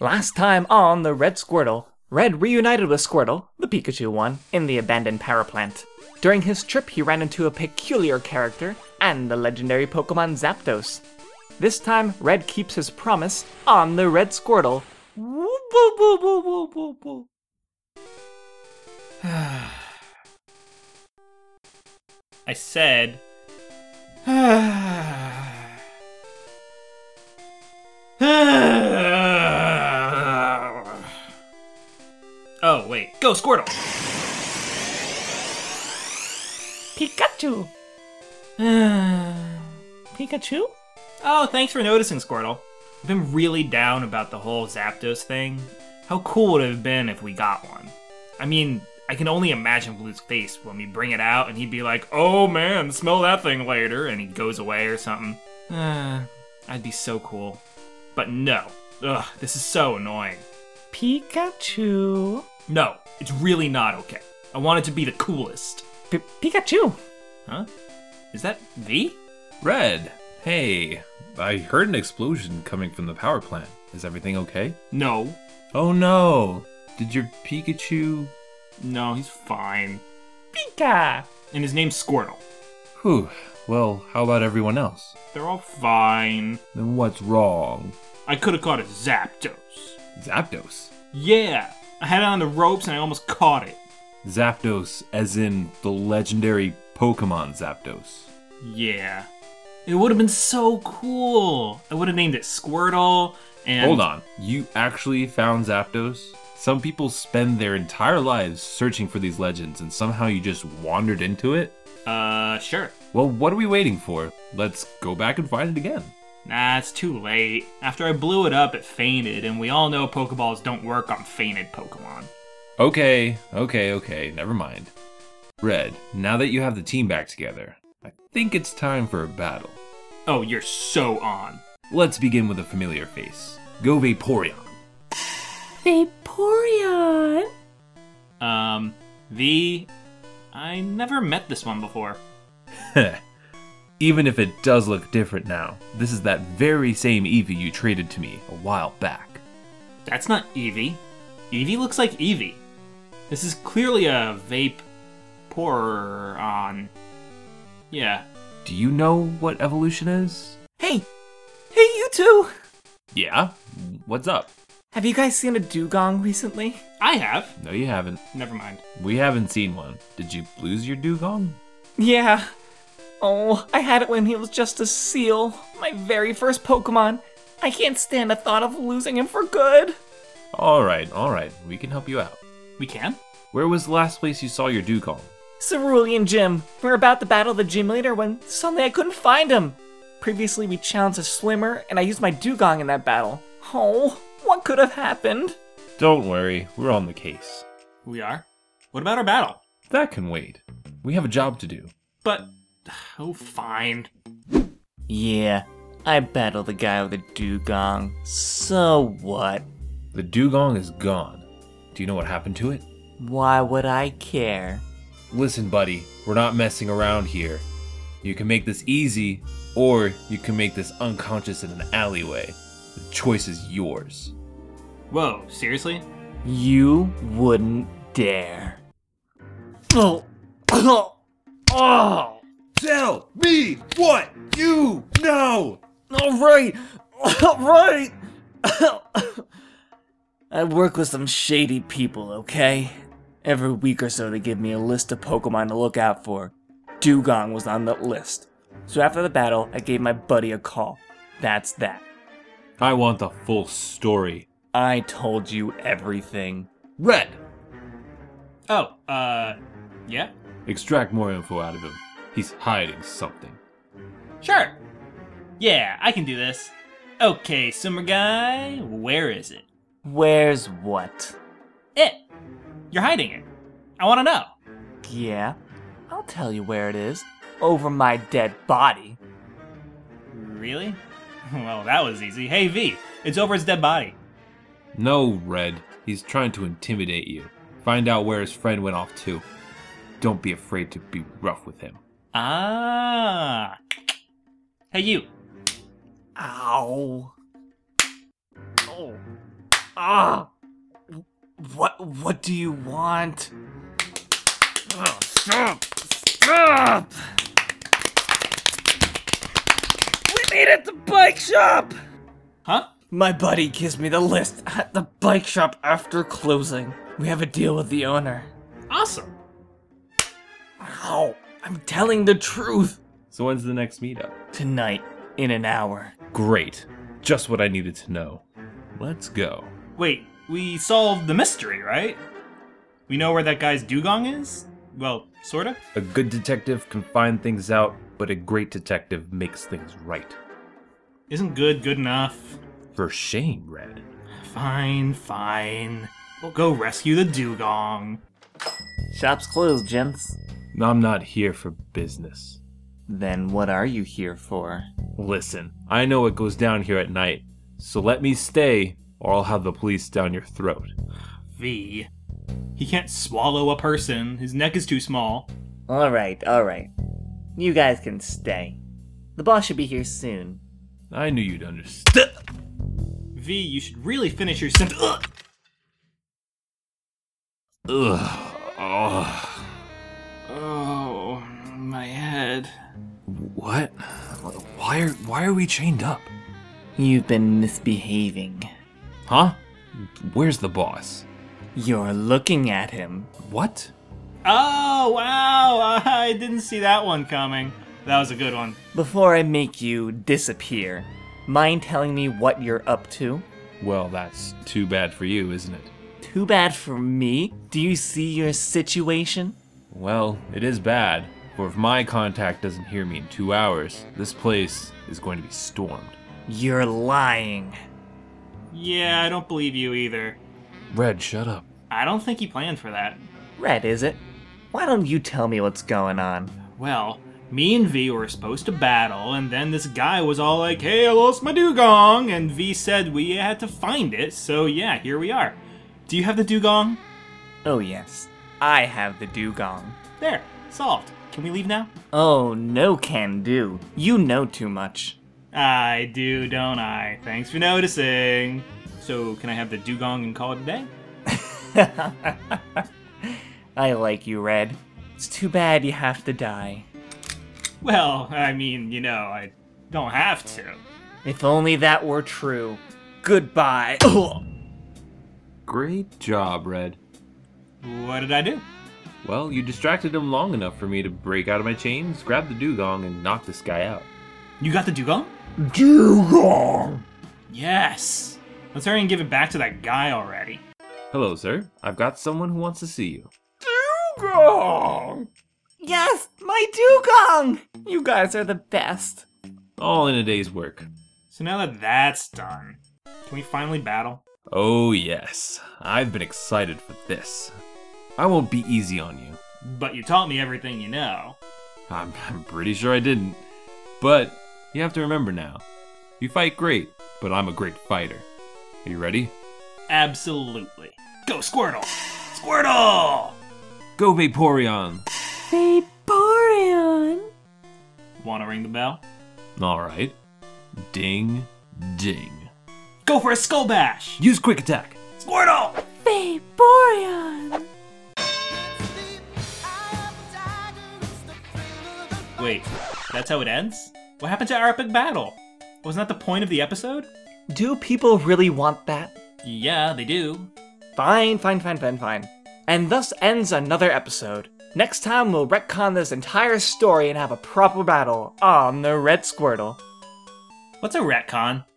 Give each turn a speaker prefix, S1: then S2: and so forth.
S1: Last time on the Red Squirtle, Red reunited with Squirtle, the Pikachu one, in the abandoned power plant. During his trip, he ran into a peculiar character and the legendary Pokemon Zapdos. This time, Red keeps his promise on the Red Squirtle. Woo, boo, boo, boo, boo, boo, boo.
S2: I said, oh, wait. Go, Squirtle!
S1: Pikachu! Pikachu?
S2: Oh, thanks for noticing, Squirtle. I've been really down about the whole Zapdos thing. How cool would it have been if we got one? I mean, I can only imagine Blue's face when we bring it out and he'd be like, oh man, smell that thing later, and he goes away or something. Uh, I'd be so cool. But no. Ugh, this is so annoying.
S1: Pikachu.
S2: No, it's really not okay. I want it to be the coolest.
S1: P- Pikachu!
S2: Huh? Is that V?
S3: Red, hey, I heard an explosion coming from the power plant. Is everything okay?
S2: No.
S3: Oh no! Did your Pikachu.
S2: No, he's fine.
S1: Pika!
S2: And his name's Squirtle.
S3: Whew. Well, how about everyone else?
S2: They're all fine.
S3: Then what's wrong?
S2: I could have caught it Zapdos.
S3: Zapdos.
S2: Yeah, I had it on the ropes and I almost caught it.
S3: Zapdos, as in the legendary Pokemon Zapdos.
S2: Yeah. It would have been so cool. I would have named it Squirtle and.
S3: Hold on. You actually found Zapdos? Some people spend their entire lives searching for these legends, and somehow you just wandered into it?
S2: Uh, sure.
S3: Well, what are we waiting for? Let's go back and find it again.
S2: Nah, it's too late. After I blew it up, it fainted, and we all know Pokeballs don't work on fainted Pokemon.
S3: Okay, okay, okay, never mind. Red, now that you have the team back together, I think it's time for a battle.
S2: Oh, you're so on.
S3: Let's begin with a familiar face. Go Vaporeon.
S1: Vaporeon!
S2: Um, V. I never met this one before.
S3: Heh. Even if it does look different now, this is that very same Eevee you traded to me a while back.
S2: That's not E Eevee. Eevee looks like Eevee. This is clearly a vape pourer on. Yeah.
S3: Do you know what evolution is?
S1: Hey! Hey, you two!
S3: Yeah? What's up?
S1: Have you guys seen a dugong recently?
S2: I have.
S3: No, you haven't.
S2: Never mind.
S3: We haven't seen one. Did you lose your dugong?
S1: Yeah. Oh, I had it when he was just a seal. My very first Pokemon. I can't stand the thought of losing him for good.
S3: Alright, alright, we can help you out.
S2: We can?
S3: Where was the last place you saw your dugong?
S1: Cerulean Gym. We were about to battle the gym leader when suddenly I couldn't find him. Previously, we challenged a swimmer, and I used my dugong in that battle. Oh, what could have happened?
S3: Don't worry, we're on the case.
S2: We are. What about our battle?
S3: That can wait. We have a job to do.
S2: But. Oh, fine.
S1: Yeah, I battled the guy with a dugong. So what?
S3: The dugong is gone. Do you know what happened to it?
S1: Why would I care?
S3: Listen, buddy, we're not messing around here. You can make this easy, or you can make this unconscious in an alleyway. The choice is yours.
S2: Whoa, seriously?
S1: You wouldn't dare. Oh, oh, oh,
S3: Tell me what you know!
S1: all right, all right. I work with some shady people, okay? Every week or so, they give me a list of Pokemon to look out for. Dugong was on that list. So after the battle, I gave my buddy a call. That's that.
S3: I want the full story.
S1: I told you everything.
S3: Red!
S2: Oh, uh. Yeah?
S3: Extract more info out of him. He's hiding something.
S2: Sure. Yeah, I can do this. Okay, Summer Guy, where is it?
S1: Where's what?
S2: It! You're hiding it. I wanna know.
S1: Yeah, I'll tell you where it is. Over my dead body.
S2: Really? Well, that was easy. Hey, V, it's over his dead body.
S3: No, Red. He's trying to intimidate you. Find out where his friend went off to. Don't be afraid to be rough with him.
S2: Ah. Hey, you.
S1: Ow. Oh. Ah! What what do you want?
S2: Oh, stop! Stop! We meet at the bike shop! Huh?
S1: My buddy gives me the list at the bike shop after closing. We have a deal with the owner.
S2: Awesome.
S1: Ow! I'm telling the truth.
S3: So when's the next meetup?
S1: Tonight, in an hour.
S3: Great. Just what I needed to know. Let's go.
S2: Wait, we solved the mystery, right? We know where that guy's dugong is? Well, sorta.
S3: A good detective can find things out, but a great detective makes things right.
S2: Isn't good good enough?
S3: For shame, Red.
S2: Fine, fine. We'll go rescue the dugong.
S1: Shop's closed, gents.
S3: I'm not here for business.
S1: Then what are you here for?
S3: Listen, I know what goes down here at night, so let me stay, or I'll have the police down your throat.
S2: V. He can't swallow a person, his neck is too small.
S1: All right, all right. You guys can stay. The boss should be here soon.
S3: I knew you'd understand.
S2: V, you should really finish your sentence. Ugh!
S3: Ugh. Ugh.
S2: Oh, my head.
S3: What? Why are Why are we chained up?
S1: You've been misbehaving.
S3: Huh? Where's the boss?
S1: You're looking at him.
S3: What?
S2: Oh, wow! I didn't see that one coming. That was a good one.
S1: Before I make you disappear, mind telling me what you're up to?
S3: Well, that's too bad for you, isn't it?
S1: Too bad for me. Do you see your situation?
S3: Well, it is bad. For if my contact doesn't hear me in two hours, this place is going to be stormed.
S1: You're lying.
S2: Yeah, I don't believe you either.
S3: Red, shut up.
S2: I don't think he planned for that.
S1: Red, is it? Why don't you tell me what's going on?
S2: Well, me and V were supposed to battle, and then this guy was all like, hey, I lost my dugong, and V said we had to find it, so yeah, here we are. Do you have the dugong?
S1: Oh, yes. I have the dugong.
S2: There, solved. Can we leave now?
S1: Oh, no can do. You know too much.
S2: I do, don't I? Thanks for noticing. So, can I have the dugong and call it a day?
S1: I like you, Red. It's too bad you have to die.
S2: Well, I mean, you know, I don't have to.
S1: If only that were true. Goodbye.
S3: Great job, Red.
S2: What did I do?
S3: Well, you distracted him long enough for me to break out of my chains, grab the dugong, and knock this guy out.
S2: You got the dugong?
S1: dugong!
S2: Yes! Let's hurry and give it back to that guy already.
S3: Hello, sir. I've got someone who wants to see you.
S1: Dugong! Yes, my dugong! You guys are the best.
S3: All in a day's work.
S2: So now that that's done, can we finally battle?
S3: Oh, yes. I've been excited for this. I won't be easy on you.
S2: But you taught me everything you know.
S3: I'm, I'm pretty sure I didn't. But you have to remember now you fight great, but I'm a great fighter. Are you ready?
S2: Absolutely. Go, Squirtle! Squirtle!
S3: Go, Vaporeon!
S1: Vaporeon!
S2: Wanna ring the bell?
S3: Alright. Ding, ding.
S2: Go for a skull bash!
S3: Use quick attack!
S2: Squirtle!
S1: Vaporeon!
S2: Wait, that's how it ends? What happened to our epic battle? Wasn't that the point of the episode?
S1: Do people really want that?
S2: Yeah, they do.
S1: Fine, fine, fine, fine, fine. And thus ends another episode. Next time, we'll retcon this entire story and have a proper battle on the Red Squirtle.
S2: What's a retcon?